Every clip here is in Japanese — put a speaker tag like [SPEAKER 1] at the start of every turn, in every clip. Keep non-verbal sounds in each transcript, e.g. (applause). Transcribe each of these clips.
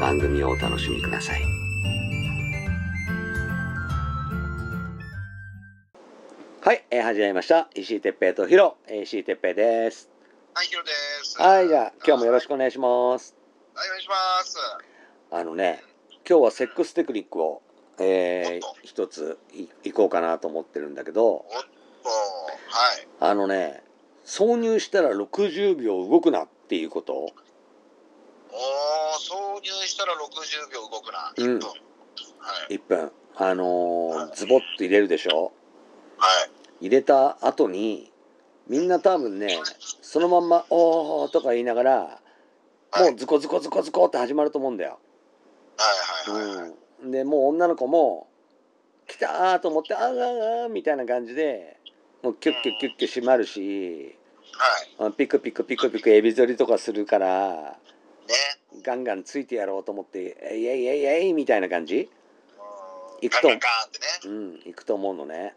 [SPEAKER 1] 番組をお楽しみください。はい、えー始まりました。石井哲平とヒロ、えー石井哲平です。
[SPEAKER 2] はい、ヒロです。
[SPEAKER 1] はい、じゃあ今日もよろしくお願いします。
[SPEAKER 2] はい、お願いします。
[SPEAKER 1] あのね、今日はセックステクニックを、えー
[SPEAKER 2] おっと
[SPEAKER 1] 一ついいこうかなと思ってるんだけど、
[SPEAKER 2] おはい。
[SPEAKER 1] あのね、挿入したら60秒動くなっていうこと
[SPEAKER 2] おー、挿入したら60秒動くな。
[SPEAKER 1] うん
[SPEAKER 2] 1分。はい。
[SPEAKER 1] 1分あのーズボッと入れるでしょ
[SPEAKER 2] はい。
[SPEAKER 1] 入れた後にみんな多分ねそのまんま「おー」とか言いながらもうズコズコズコズコって始まると思うんだよ。
[SPEAKER 2] はい、はい、はい。
[SPEAKER 1] うん、でもう女の子も「来た!」ーと思って「あーあーあー」みたいな感じでもうキュッキュッキュッキュ閉まるし
[SPEAKER 2] はい。
[SPEAKER 1] あピクピクピクピクエビ反りとかするから
[SPEAKER 2] ね。
[SPEAKER 1] ガンガンついてやろうと思って「えいえいえいえい」みたいな感じ、
[SPEAKER 2] うん
[SPEAKER 1] 行くと
[SPEAKER 2] ガンガンガンってね。
[SPEAKER 1] うん、いくと思うのね。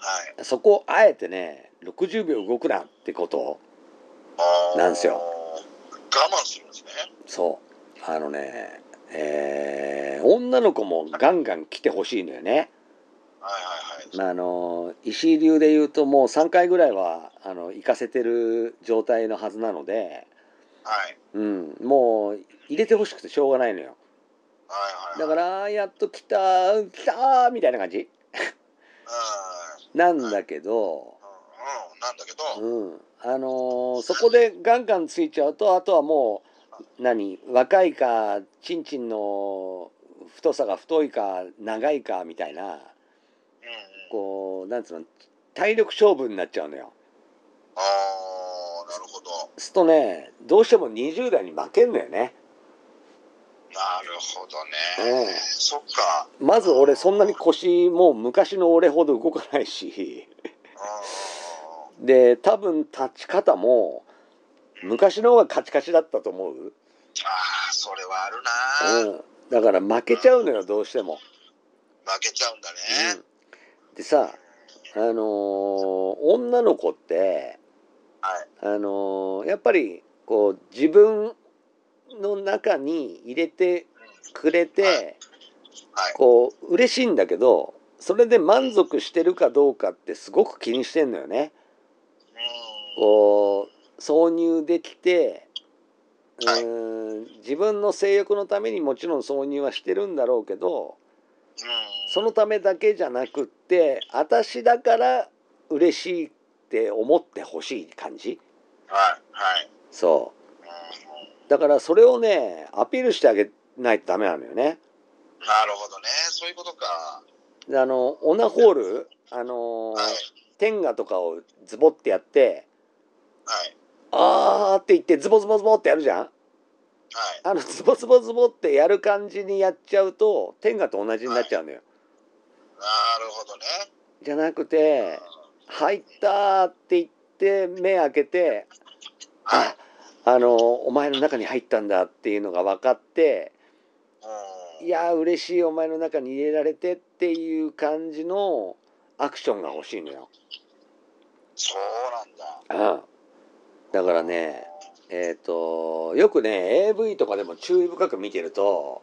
[SPEAKER 2] はい。
[SPEAKER 1] そこをあえてね60秒動くなってこと
[SPEAKER 2] おー
[SPEAKER 1] なんすよ
[SPEAKER 2] 我慢するんですね。
[SPEAKER 1] そうあのねえー女の子もガンガン来てほしいのよね、
[SPEAKER 2] はい、はい、はい。
[SPEAKER 1] まあ、あの石井流で言うともう3回ぐらいはあの行かせてる状態のはずなので、
[SPEAKER 2] はい。
[SPEAKER 1] うん、もう入れてほしくてしょうがないのよ
[SPEAKER 2] はい、はい。、
[SPEAKER 1] だかららあーやっと来た来たーみたいな感じなんだけど、
[SPEAKER 2] うん。うん、うんなんだけど、
[SPEAKER 1] うん、あのーそこでガンガンついちゃうとあとはもう何若いかちんちんの太さが太いか長いかみたいな
[SPEAKER 2] うんうん。
[SPEAKER 1] こうなんつうの体力勝負になっちゃうのよ。
[SPEAKER 2] あー、なるほど。
[SPEAKER 1] するとねどうしても20代に負けんのよね。
[SPEAKER 2] なるほど
[SPEAKER 1] うん
[SPEAKER 2] ね。そっか。
[SPEAKER 1] まず俺そんなに腰もう昔の俺ほど動かないし
[SPEAKER 2] うん
[SPEAKER 1] で多分立ち方も昔の方がカチカチだったと思う、
[SPEAKER 2] あー、それはあるな
[SPEAKER 1] う
[SPEAKER 2] ー。
[SPEAKER 1] ん、だから負けちゃうのよどうしても。
[SPEAKER 2] 負けちゃうんだね。
[SPEAKER 1] うん、でさあのー女の子って、
[SPEAKER 2] はい
[SPEAKER 1] あのーやっぱりこう自分の中に入れてくれて、
[SPEAKER 2] はい
[SPEAKER 1] こう嬉しいんだけどそれで満足してるかどうかってすごく気にしてんのよね。
[SPEAKER 2] うん。
[SPEAKER 1] こう挿入できてう
[SPEAKER 2] はい
[SPEAKER 1] ーん自分の性欲のためにもちろん挿入はしてるんだろうけどそのためだけじゃなくって私だから嬉しいって思ってほしい感じ
[SPEAKER 2] はいはい。
[SPEAKER 1] そ
[SPEAKER 2] うん
[SPEAKER 1] うだからそれをねアピールしてあげないとダメなのよね
[SPEAKER 2] なるほどね。そういうことか。
[SPEAKER 1] であのオナホールあのー
[SPEAKER 2] はい
[SPEAKER 1] 天下とかをズボってやって
[SPEAKER 2] はい
[SPEAKER 1] あーって言ってズボズボズボってやるじゃん
[SPEAKER 2] はい。
[SPEAKER 1] あのズボズボズボってやる感じにやっちゃうと天下と同じになっちゃうのよ
[SPEAKER 2] なるほどね。
[SPEAKER 1] じゃなくて入ったーって言って目開けて
[SPEAKER 2] はい
[SPEAKER 1] あ。あのお前の中に入ったんだっていうのが分かって
[SPEAKER 2] うん
[SPEAKER 1] いやー嬉しいお前の中に入れられてっていう感じのアクションが欲しいのよ、
[SPEAKER 2] そうなんだ。
[SPEAKER 1] うん、だからねえっ、とよくね AV とかでも注意深く見てると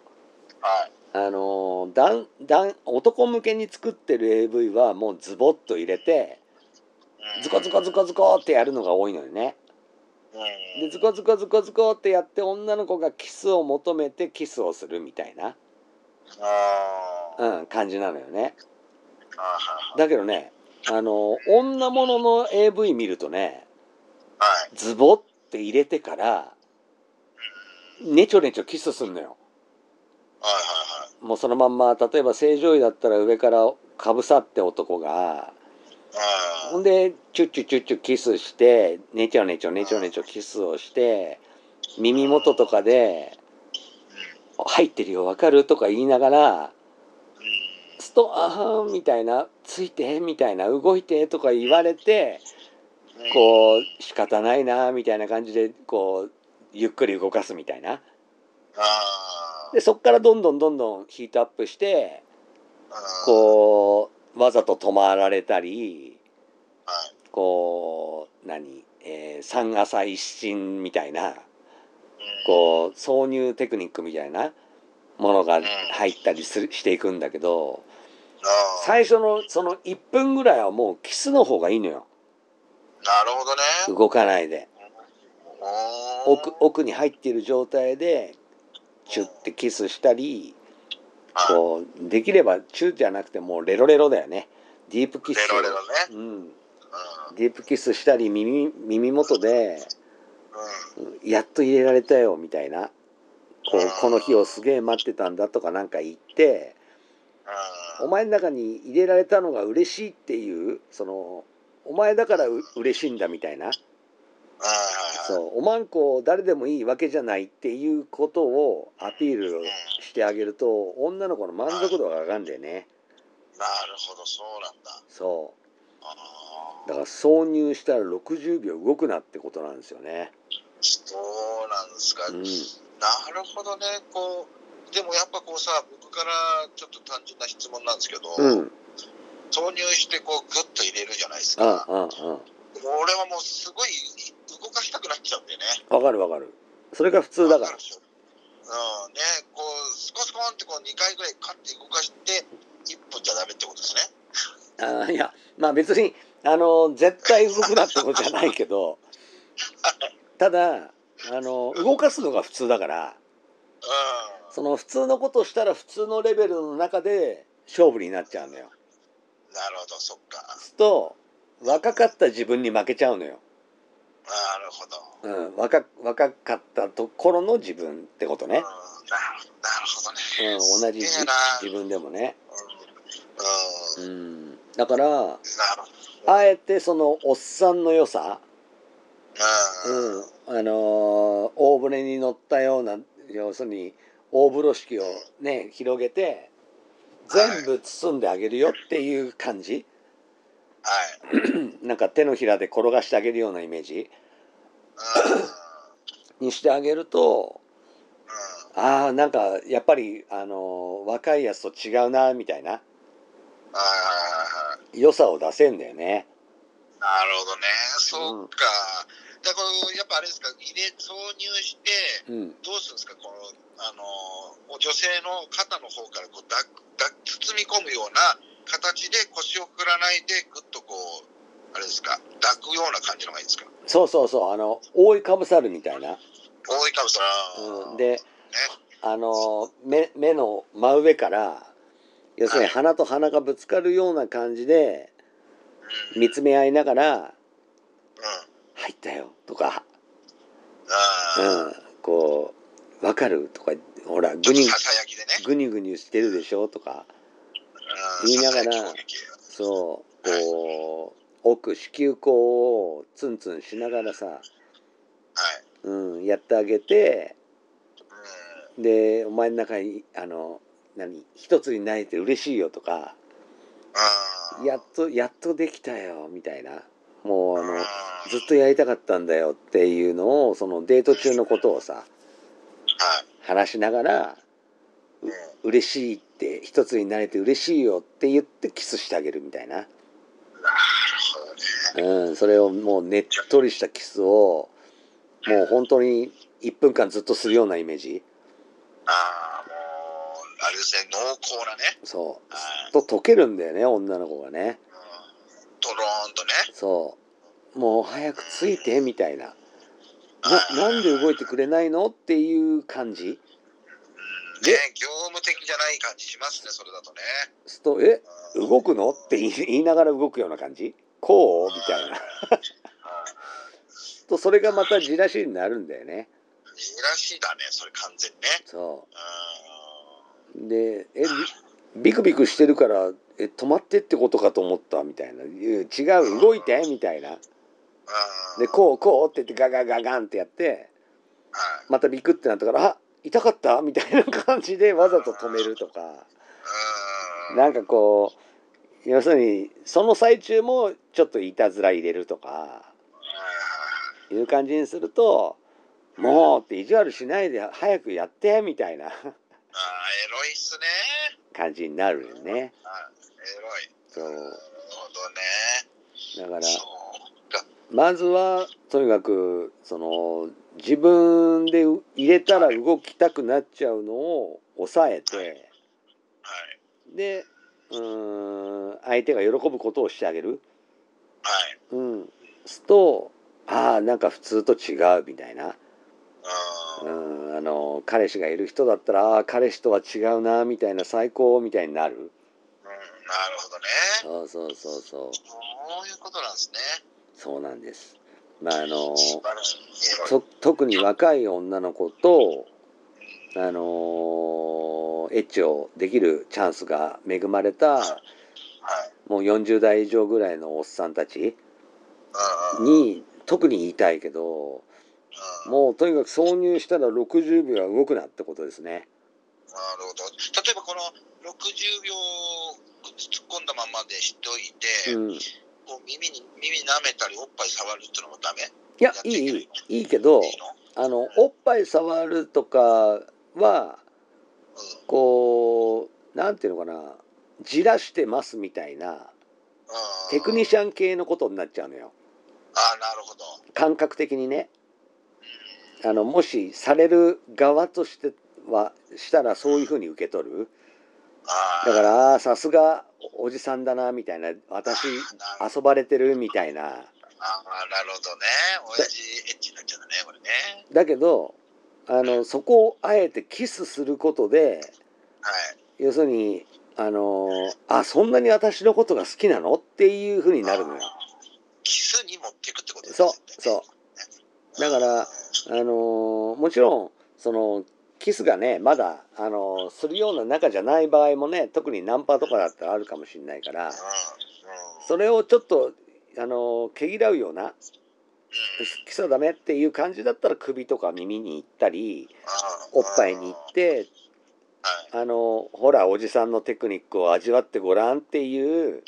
[SPEAKER 2] はい。
[SPEAKER 1] あのだんだん男向けに作ってる AV はもうズボッと入れて
[SPEAKER 2] うん
[SPEAKER 1] ズコズコズコズコってやるのが多いのよね
[SPEAKER 2] うう
[SPEAKER 1] で
[SPEAKER 2] ん。
[SPEAKER 1] ズコズコズコズコってやって女の子がキスを求めてキスをするみたいな、
[SPEAKER 2] あー
[SPEAKER 1] うん、感じなのよね
[SPEAKER 2] あーはい
[SPEAKER 1] だけどねあの女物の AV 見るとね
[SPEAKER 2] はい。
[SPEAKER 1] ズボって入れてからねちょねちょキスするのよ
[SPEAKER 2] はいはいはい。
[SPEAKER 1] もうそのまんま例えば正常位だったら上からかぶさって男が
[SPEAKER 2] あ
[SPEAKER 1] ほんでチュッチュチュッチュキスしてねちょねちょねちょねちょキスをして耳元とかで「入ってるよわかる?」とか言いながら「ストアーン」みたいな「ついて」みたいな「動いて」とか言われて
[SPEAKER 2] うん。
[SPEAKER 1] こう仕方ないなみたいな感じでこうゆっくり動かすみたいな
[SPEAKER 2] あ
[SPEAKER 1] でそっからどんどんどんどんヒートアップして
[SPEAKER 2] あ。う。
[SPEAKER 1] こうわざと止まられたり
[SPEAKER 2] はい。
[SPEAKER 1] こう何、えー三朝一心みたいな
[SPEAKER 2] うん
[SPEAKER 1] こう挿入テクニックみたいなものが
[SPEAKER 2] ん
[SPEAKER 1] 入ったりするしていくんだけど
[SPEAKER 2] あー
[SPEAKER 1] 最初のその1分ぐらいはもうキスの方がいいのよ
[SPEAKER 2] なるほどね。
[SPEAKER 1] 動かないで
[SPEAKER 2] おー
[SPEAKER 1] 奥。奥に入っている状態でチュッてキスしたり
[SPEAKER 2] はい
[SPEAKER 1] こうできればチューじゃなくてもうレロレロだよねディープキス
[SPEAKER 2] レロレロね。
[SPEAKER 1] うん、
[SPEAKER 2] う
[SPEAKER 1] ディープキスしたり耳耳元で
[SPEAKER 2] ん。うん。
[SPEAKER 1] うんやっと入れられたよみたいなこ
[SPEAKER 2] うん
[SPEAKER 1] うこの日をすげえ待ってたんだとかなんか言ってお
[SPEAKER 2] う。
[SPEAKER 1] 前の中に入れられたのが嬉しいっていうそのお前だからう嬉しいんだみたいなん
[SPEAKER 2] はいはいはい。
[SPEAKER 1] そうおまんこ誰でもいいわけじゃないっていうことをアピールをしてあげると女の子の満足度が上がるんだよね
[SPEAKER 2] なるほど、そうなんだ。
[SPEAKER 1] そう
[SPEAKER 2] あー
[SPEAKER 1] だから挿入したら60秒動くなってことなんですよね。
[SPEAKER 2] そうなんですか。
[SPEAKER 1] うん、
[SPEAKER 2] なるほどね、こう、でもやっぱこうさ、僕からちょっと単純な質問なんですけど、
[SPEAKER 1] うん、うん、
[SPEAKER 2] 挿入してこう、ぐっと入れるじゃないです
[SPEAKER 1] うん、
[SPEAKER 2] か。
[SPEAKER 1] うん。
[SPEAKER 2] 俺はもうすごい動かしたくなっちゃうんでね。
[SPEAKER 1] わかるわかる。それが普通だか
[SPEAKER 2] わるでしょうん、ね、こう、スコスコンってこう、2回ぐらいカッて動かして、1分じゃダメってことですね。
[SPEAKER 1] ら。あーいや、まあ別に、あの、絶対動くなってことじゃないけど、ただ、あの、動かすのが普通だから、
[SPEAKER 2] う
[SPEAKER 1] その普通のことをしたら普通のレベルの中で勝負になっちゃうのよ。
[SPEAKER 2] ん。なるほど、そっか。
[SPEAKER 1] すると、若かった自分に負けちゃうのよ。
[SPEAKER 2] なるほど。
[SPEAKER 1] うん、若若かったところの自分ってこと
[SPEAKER 2] うん、な
[SPEAKER 1] ね
[SPEAKER 2] る。なるほどね。
[SPEAKER 1] うん、同じじ
[SPEAKER 2] すげえな
[SPEAKER 1] 自分でもね。
[SPEAKER 2] うん。うん。
[SPEAKER 1] うんだから
[SPEAKER 2] なるほ
[SPEAKER 1] あえてそのおっさんの良さ、
[SPEAKER 2] ど。うん。
[SPEAKER 1] あのー大船に乗ったような要するに大風呂敷をね広げて全部包んであげるよっていう感じ、
[SPEAKER 2] はい。
[SPEAKER 1] なんか手のひらで転がしてあげるようなイメージ
[SPEAKER 2] うん
[SPEAKER 1] にしてあげるとああんかやっぱり、あのー若いやつと違うなみたいな
[SPEAKER 2] はいはいはいはい。
[SPEAKER 1] 良さを出せんだよね。
[SPEAKER 2] なるほどね。そうか。じゃあこのやっぱあれですか、入れ、挿入して、
[SPEAKER 1] うん、
[SPEAKER 2] どうするんですか、この、あのー、女性の肩の方からこうだだ包み込むような形で腰を振らないで、ぐっとこう、あれですか、抱くような感じの方がいいですか。
[SPEAKER 1] そうそうそうあの覆いかぶさるみたいな。
[SPEAKER 2] 大いかぶさ
[SPEAKER 1] うん、
[SPEAKER 2] ん。ね。
[SPEAKER 1] であの目目の真上から要するに
[SPEAKER 2] はい
[SPEAKER 1] 鼻と鼻がぶつかるような感じで
[SPEAKER 2] うん。
[SPEAKER 1] 見つめ合いながら
[SPEAKER 2] うん。
[SPEAKER 1] 「入ったよ」とか「う
[SPEAKER 2] ああ。
[SPEAKER 1] ん、こう分かる?」とか「ほら
[SPEAKER 2] ちょ
[SPEAKER 1] グ
[SPEAKER 2] っと
[SPEAKER 1] ニ
[SPEAKER 2] ささやきでね。
[SPEAKER 1] グニグニしてるでしょ」とか
[SPEAKER 2] うん
[SPEAKER 1] 言いながら
[SPEAKER 2] ささやき攻撃
[SPEAKER 1] そうこう奥子宮口をツンツンしながらさ、
[SPEAKER 2] はい。
[SPEAKER 1] うん、やってあげて
[SPEAKER 2] うん。
[SPEAKER 1] でお前の中にあの何一つになれて嬉しいよとか
[SPEAKER 2] あー
[SPEAKER 1] やっとやっとできたよみたいなもうあの
[SPEAKER 2] あー
[SPEAKER 1] ずっとやりたかったんだよっていうのをそのデート中のことをさ
[SPEAKER 2] はい。
[SPEAKER 1] 話しながら
[SPEAKER 2] うん
[SPEAKER 1] 嬉しいって一つになれて嬉しいよって言ってキスしてあげるみたいな、
[SPEAKER 2] なるほどね。
[SPEAKER 1] うん、それをもうねっとりしたキスをもう本当に1分間ずっとするようなイメージ
[SPEAKER 2] ああ、もう、あれですね、濃厚なね。
[SPEAKER 1] そう
[SPEAKER 2] はい。
[SPEAKER 1] と溶けるんだよね女の子がね
[SPEAKER 2] うんドローンとね。
[SPEAKER 1] そうもう早くついてみたいな
[SPEAKER 2] う
[SPEAKER 1] ななんで動いてくれないのっていう感じ
[SPEAKER 2] ね、業務的じゃない感じしますね、それだとね。
[SPEAKER 1] すとえ
[SPEAKER 2] うん
[SPEAKER 1] 動くのって言い言いながら動くような感じこうみたいなとそれがまたじらしになるんだよね
[SPEAKER 2] じらしだね、それ完全にね。
[SPEAKER 1] そ
[SPEAKER 2] うん
[SPEAKER 1] うでえビビクビクしてるからえ止まってってことかと思ったみたいないや違う動いてみたいな
[SPEAKER 2] うん
[SPEAKER 1] でこうこうって言ってガガガガンってやって
[SPEAKER 2] はい
[SPEAKER 1] またビクってなったからあ痛かったみたいな感じでわざと止めるとか
[SPEAKER 2] うん
[SPEAKER 1] なんかこう要するにその最中もちょっといたずら入れるとかいう感じにすると「もう」って意地悪しないで早くやってみたいな (laughs)
[SPEAKER 2] あーエロいっすね。
[SPEAKER 1] 感じになるよね。
[SPEAKER 2] あエロい。
[SPEAKER 1] そう
[SPEAKER 2] なるほど
[SPEAKER 1] だ
[SPEAKER 2] ね。
[SPEAKER 1] から
[SPEAKER 2] そうか。
[SPEAKER 1] まずはとにかくその自分で入れたら動きたくなっちゃうのを抑えて
[SPEAKER 2] はい。
[SPEAKER 1] でうーん相手が喜ぶことをしてあげる。
[SPEAKER 2] はい。
[SPEAKER 1] うん、すとああなんか普通と違うみたいな。
[SPEAKER 2] うん。
[SPEAKER 1] うんあの彼氏がいる人だったらあー彼氏とは違うなみたいな最高みたいになる
[SPEAKER 2] うん、なるほどね。
[SPEAKER 1] そうそうそうそう
[SPEAKER 2] そういうことなんですね。
[SPEAKER 1] そうなんですまああの
[SPEAKER 2] 素晴らしい。エロい。
[SPEAKER 1] と特に若い女の子とあのエッチをできるチャンスが恵まれた
[SPEAKER 2] はい。
[SPEAKER 1] もう40代以上ぐらいのおっさんたち
[SPEAKER 2] うんうん。
[SPEAKER 1] に特に言いたいけど
[SPEAKER 2] うん
[SPEAKER 1] もうとにかく挿入したら60秒は動くなってことですね
[SPEAKER 2] なるほど。例えばこの60秒突っ込んだままでしといて、
[SPEAKER 1] うんい
[SPEAKER 2] こう耳に耳舐めたりおっぱい触るってのもダメ
[SPEAKER 1] やいいいいいいけど
[SPEAKER 2] いいの、
[SPEAKER 1] あのおっぱい触るとかは
[SPEAKER 2] う、
[SPEAKER 1] こうなんていうのかなじらしてますみたいなんテクニ
[SPEAKER 2] シ
[SPEAKER 1] シャン系のことになっちゃうのよ
[SPEAKER 2] あーなるほど。
[SPEAKER 1] 感覚的にねあのもしされる側としてはしたらそういうふうに受け取る
[SPEAKER 2] あー
[SPEAKER 1] だからあーさすがおじさんだなみたいな私
[SPEAKER 2] あーなる
[SPEAKER 1] 遊ばれてるみたいな
[SPEAKER 2] あーなるほどね。親父エッチになっちゃったね、これね。
[SPEAKER 1] だけどあのそこをあえてキスすることで
[SPEAKER 2] はい。
[SPEAKER 1] 要するにあのーあそんなに私のことが好きなのっていうふうになるのよ
[SPEAKER 2] キスに持っていくってことです
[SPEAKER 1] そう
[SPEAKER 2] ね。
[SPEAKER 1] そうだからあのーもちろんそのキスがねまだあのーするような仲じゃない場合もね特にナンパとかだったらあるかもしれないからそれをちょっとあのー毛嫌うようなキスはダメっていう感じだったら首とか耳に行ったりおっぱいに行っ。
[SPEAKER 2] うんうんうん
[SPEAKER 1] て
[SPEAKER 2] はい
[SPEAKER 1] あのーほらおじさんのテクニックを味わってごらんっていう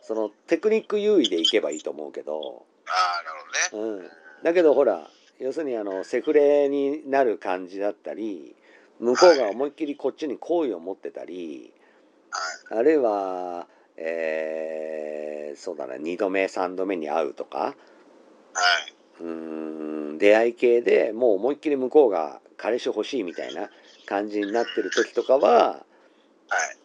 [SPEAKER 1] そのテクニック優位でいけばいいと思うけど。
[SPEAKER 2] ああ、なるほどね。
[SPEAKER 1] うん、だけどほら要するにあのセフレになる感じだったり向こうが思いっきりこっちに好意を持ってたり
[SPEAKER 2] はい。
[SPEAKER 1] あるいは、えーそうだな2度目3度目に会うとか
[SPEAKER 2] はい。
[SPEAKER 1] うーん出会い系でもう思いっきり向こうが彼氏欲しいみたいな感じになってる時とかは、
[SPEAKER 2] はい。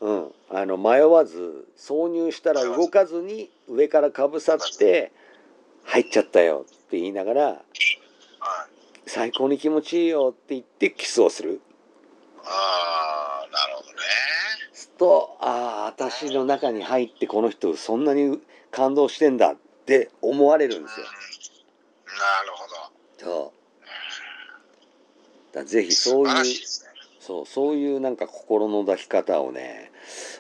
[SPEAKER 1] うん、あの迷わず挿入したら動かずに上からかぶさって「入っちゃったよ」って言いながら
[SPEAKER 2] はい。
[SPEAKER 1] 最高に気持ちいいよって言ってキスをする
[SPEAKER 2] ああ、なるほどね。
[SPEAKER 1] するとああ私の中に入ってこの人そんなに感動してんだって思われるんですよ
[SPEAKER 2] うんなるほど。
[SPEAKER 1] そうだからぜひそう
[SPEAKER 2] 素晴ら
[SPEAKER 1] い
[SPEAKER 2] しいうですね。
[SPEAKER 1] そうそういうなんか心の抱き方をね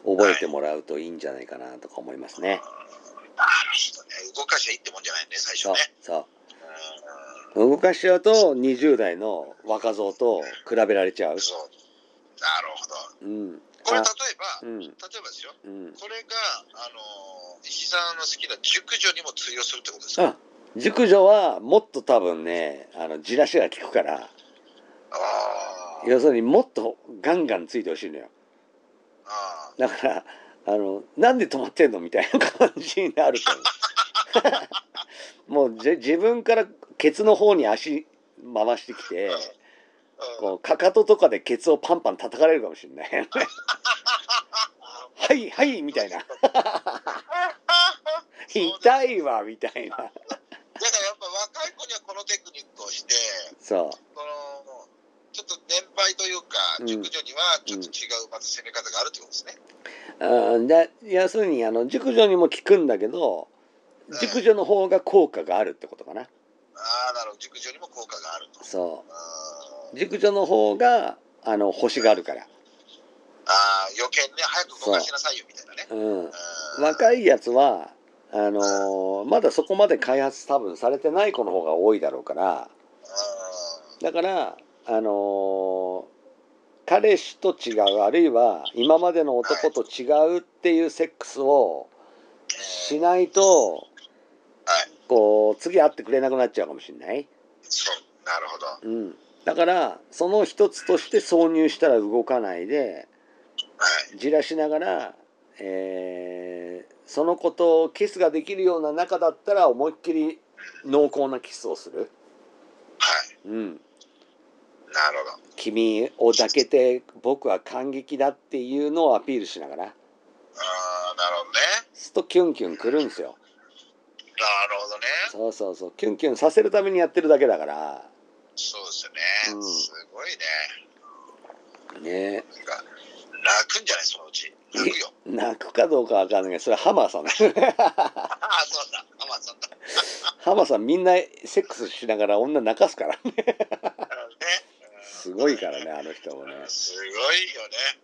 [SPEAKER 1] 覚えてもらうといいんじゃないかなとか思いますね、
[SPEAKER 2] なるほどね。動かしゃいいってもんじゃないね、最初
[SPEAKER 1] そう
[SPEAKER 2] ね。
[SPEAKER 1] そう
[SPEAKER 2] う。
[SPEAKER 1] 動かしちゃうと20代の若造と比べられちゃうん
[SPEAKER 2] そう。なるほど。
[SPEAKER 1] うん
[SPEAKER 2] これ、例
[SPEAKER 1] あ
[SPEAKER 2] えば、
[SPEAKER 1] う
[SPEAKER 2] 例
[SPEAKER 1] ん
[SPEAKER 2] えばですよ。
[SPEAKER 1] うん
[SPEAKER 2] これが、あのー、石井さんの好きな熟女にも通用するってことですか
[SPEAKER 1] あ熟女はもっと多分ねあのじらしが効くから
[SPEAKER 2] あー
[SPEAKER 1] 要するにもっとガンガンついてほしいのよ
[SPEAKER 2] あ
[SPEAKER 1] だからあのなんで止まってんのみたいな感じになると思う (laughs) もうじ自分からケツの方に足回してきて
[SPEAKER 2] ー。うん
[SPEAKER 1] こうかかととかでケツをパンパン叩かれるかもしれないよね (laughs) はいはいみたいな痛いわみたいな
[SPEAKER 2] だからやっぱ若い子にはこのテクニックをして、
[SPEAKER 1] そう。
[SPEAKER 2] そのちょっと年配というか、
[SPEAKER 1] うん
[SPEAKER 2] 熟女にはちょっと違うまた攻め方があるってことですね。
[SPEAKER 1] あーだ要するにあの熟女にも効くんだけど
[SPEAKER 2] うん
[SPEAKER 1] 熟女の方が効果があるってことかな
[SPEAKER 2] ああ、なるほど、熟女にも効果があると。
[SPEAKER 1] そううん熟女の方があの星があるから、
[SPEAKER 2] ああ、余計ね、早く動かしなさいよみたいなね。
[SPEAKER 1] うん、
[SPEAKER 2] うん
[SPEAKER 1] 若いやつはあのーまだそこまで開発多分されてない子の方が多いだろうから
[SPEAKER 2] う
[SPEAKER 1] だからあのー彼氏と違うあるいは今までの男と違うっていうセックスをし
[SPEAKER 2] ん
[SPEAKER 1] ないと
[SPEAKER 2] はい、
[SPEAKER 1] こう次会ってくれなくなっちゃうかもしれない。
[SPEAKER 2] そう、なるほど。はい、
[SPEAKER 1] うん、だからその一つとして挿入したら動かないでじらしながら、えーその子とキスができるような中だったら思いっきり濃厚なキスをする、
[SPEAKER 2] はい、
[SPEAKER 1] うん、
[SPEAKER 2] なるほど。
[SPEAKER 1] 君を抱けて僕は感激だっていうのをアピールしながら
[SPEAKER 2] ああ、なるほどね。
[SPEAKER 1] すっとキュンキュンくるんですよ
[SPEAKER 2] なるほどね。
[SPEAKER 1] そうそうそうキュンキュンさせるためにやってるだけだから
[SPEAKER 2] そうです
[SPEAKER 1] う
[SPEAKER 2] ね。
[SPEAKER 1] ん
[SPEAKER 2] すごいね。
[SPEAKER 1] ね
[SPEAKER 2] なんか、泣くんじゃないそのうち。泣くよ。
[SPEAKER 1] 泣くかどうかわかんないけどそれハマーさんだ
[SPEAKER 2] (laughs) ああ、そうだ。アマゾンだ。ね。
[SPEAKER 1] ハマーさんみんなセックスしながら女泣かすから
[SPEAKER 2] うん
[SPEAKER 1] すごいからね。あの人もね
[SPEAKER 2] すごいよね。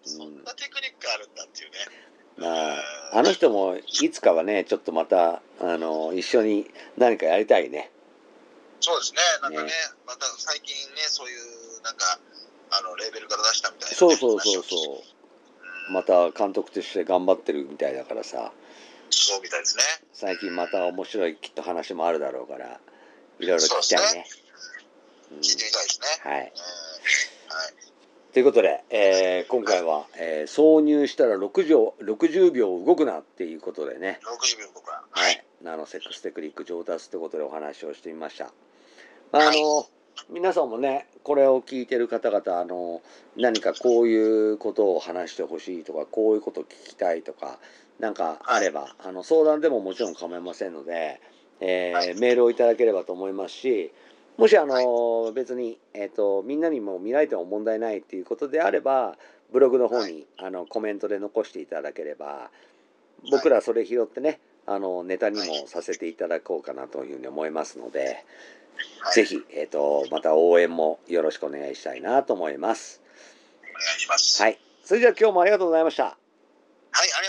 [SPEAKER 1] うん
[SPEAKER 2] そんなテクニックあるんだっていうね。
[SPEAKER 1] まああの人もいつかはねちょっとまたあの一緒に何かやりたいね
[SPEAKER 2] そうですね。なんかね、
[SPEAKER 1] ね
[SPEAKER 2] また最近ね、そういう、なんか、あの、レーベルから出したみたいなね、
[SPEAKER 1] そうそうそう
[SPEAKER 2] 話を聞いて
[SPEAKER 1] そうまた監督として頑張ってるみたいだからさ
[SPEAKER 2] そうみたいですね。
[SPEAKER 1] 最近また面白いきっと話もあるだろうからいろいろ聞きたいねうん
[SPEAKER 2] 聞いてみたいですね。
[SPEAKER 1] はい
[SPEAKER 2] うんはい。
[SPEAKER 1] ということで、えー今回は、えー挿入したら6秒 ,60 秒動くな」っていうことでね、
[SPEAKER 2] 60秒僕は。
[SPEAKER 1] は。い、あのセックステクニック上達ということでお話をしてみました。まあ、あの皆さんもねこれを聞いてる方々あの何かこういうことを話してほしいとかこういうことを聞きたいとかなんかあれば、あの相談でももちろん構いませんので、えー
[SPEAKER 2] はい
[SPEAKER 1] メールをいただければと思いますしもしあの、
[SPEAKER 2] は
[SPEAKER 1] 別に、えー、とみんなにも見られても問題ないっていうことであればブログの方に、あのコメントで残していただければ僕らそれ拾ってねあのネタにもさせていただこうかなというふうに思いますので。
[SPEAKER 2] はい
[SPEAKER 1] ぜひ、えっ、と、また応援もよろしくお願いしたいなと思います。
[SPEAKER 2] お願いします。
[SPEAKER 1] はい。それじゃあ今日もありがとうございました。
[SPEAKER 2] はい、ありがとうございました。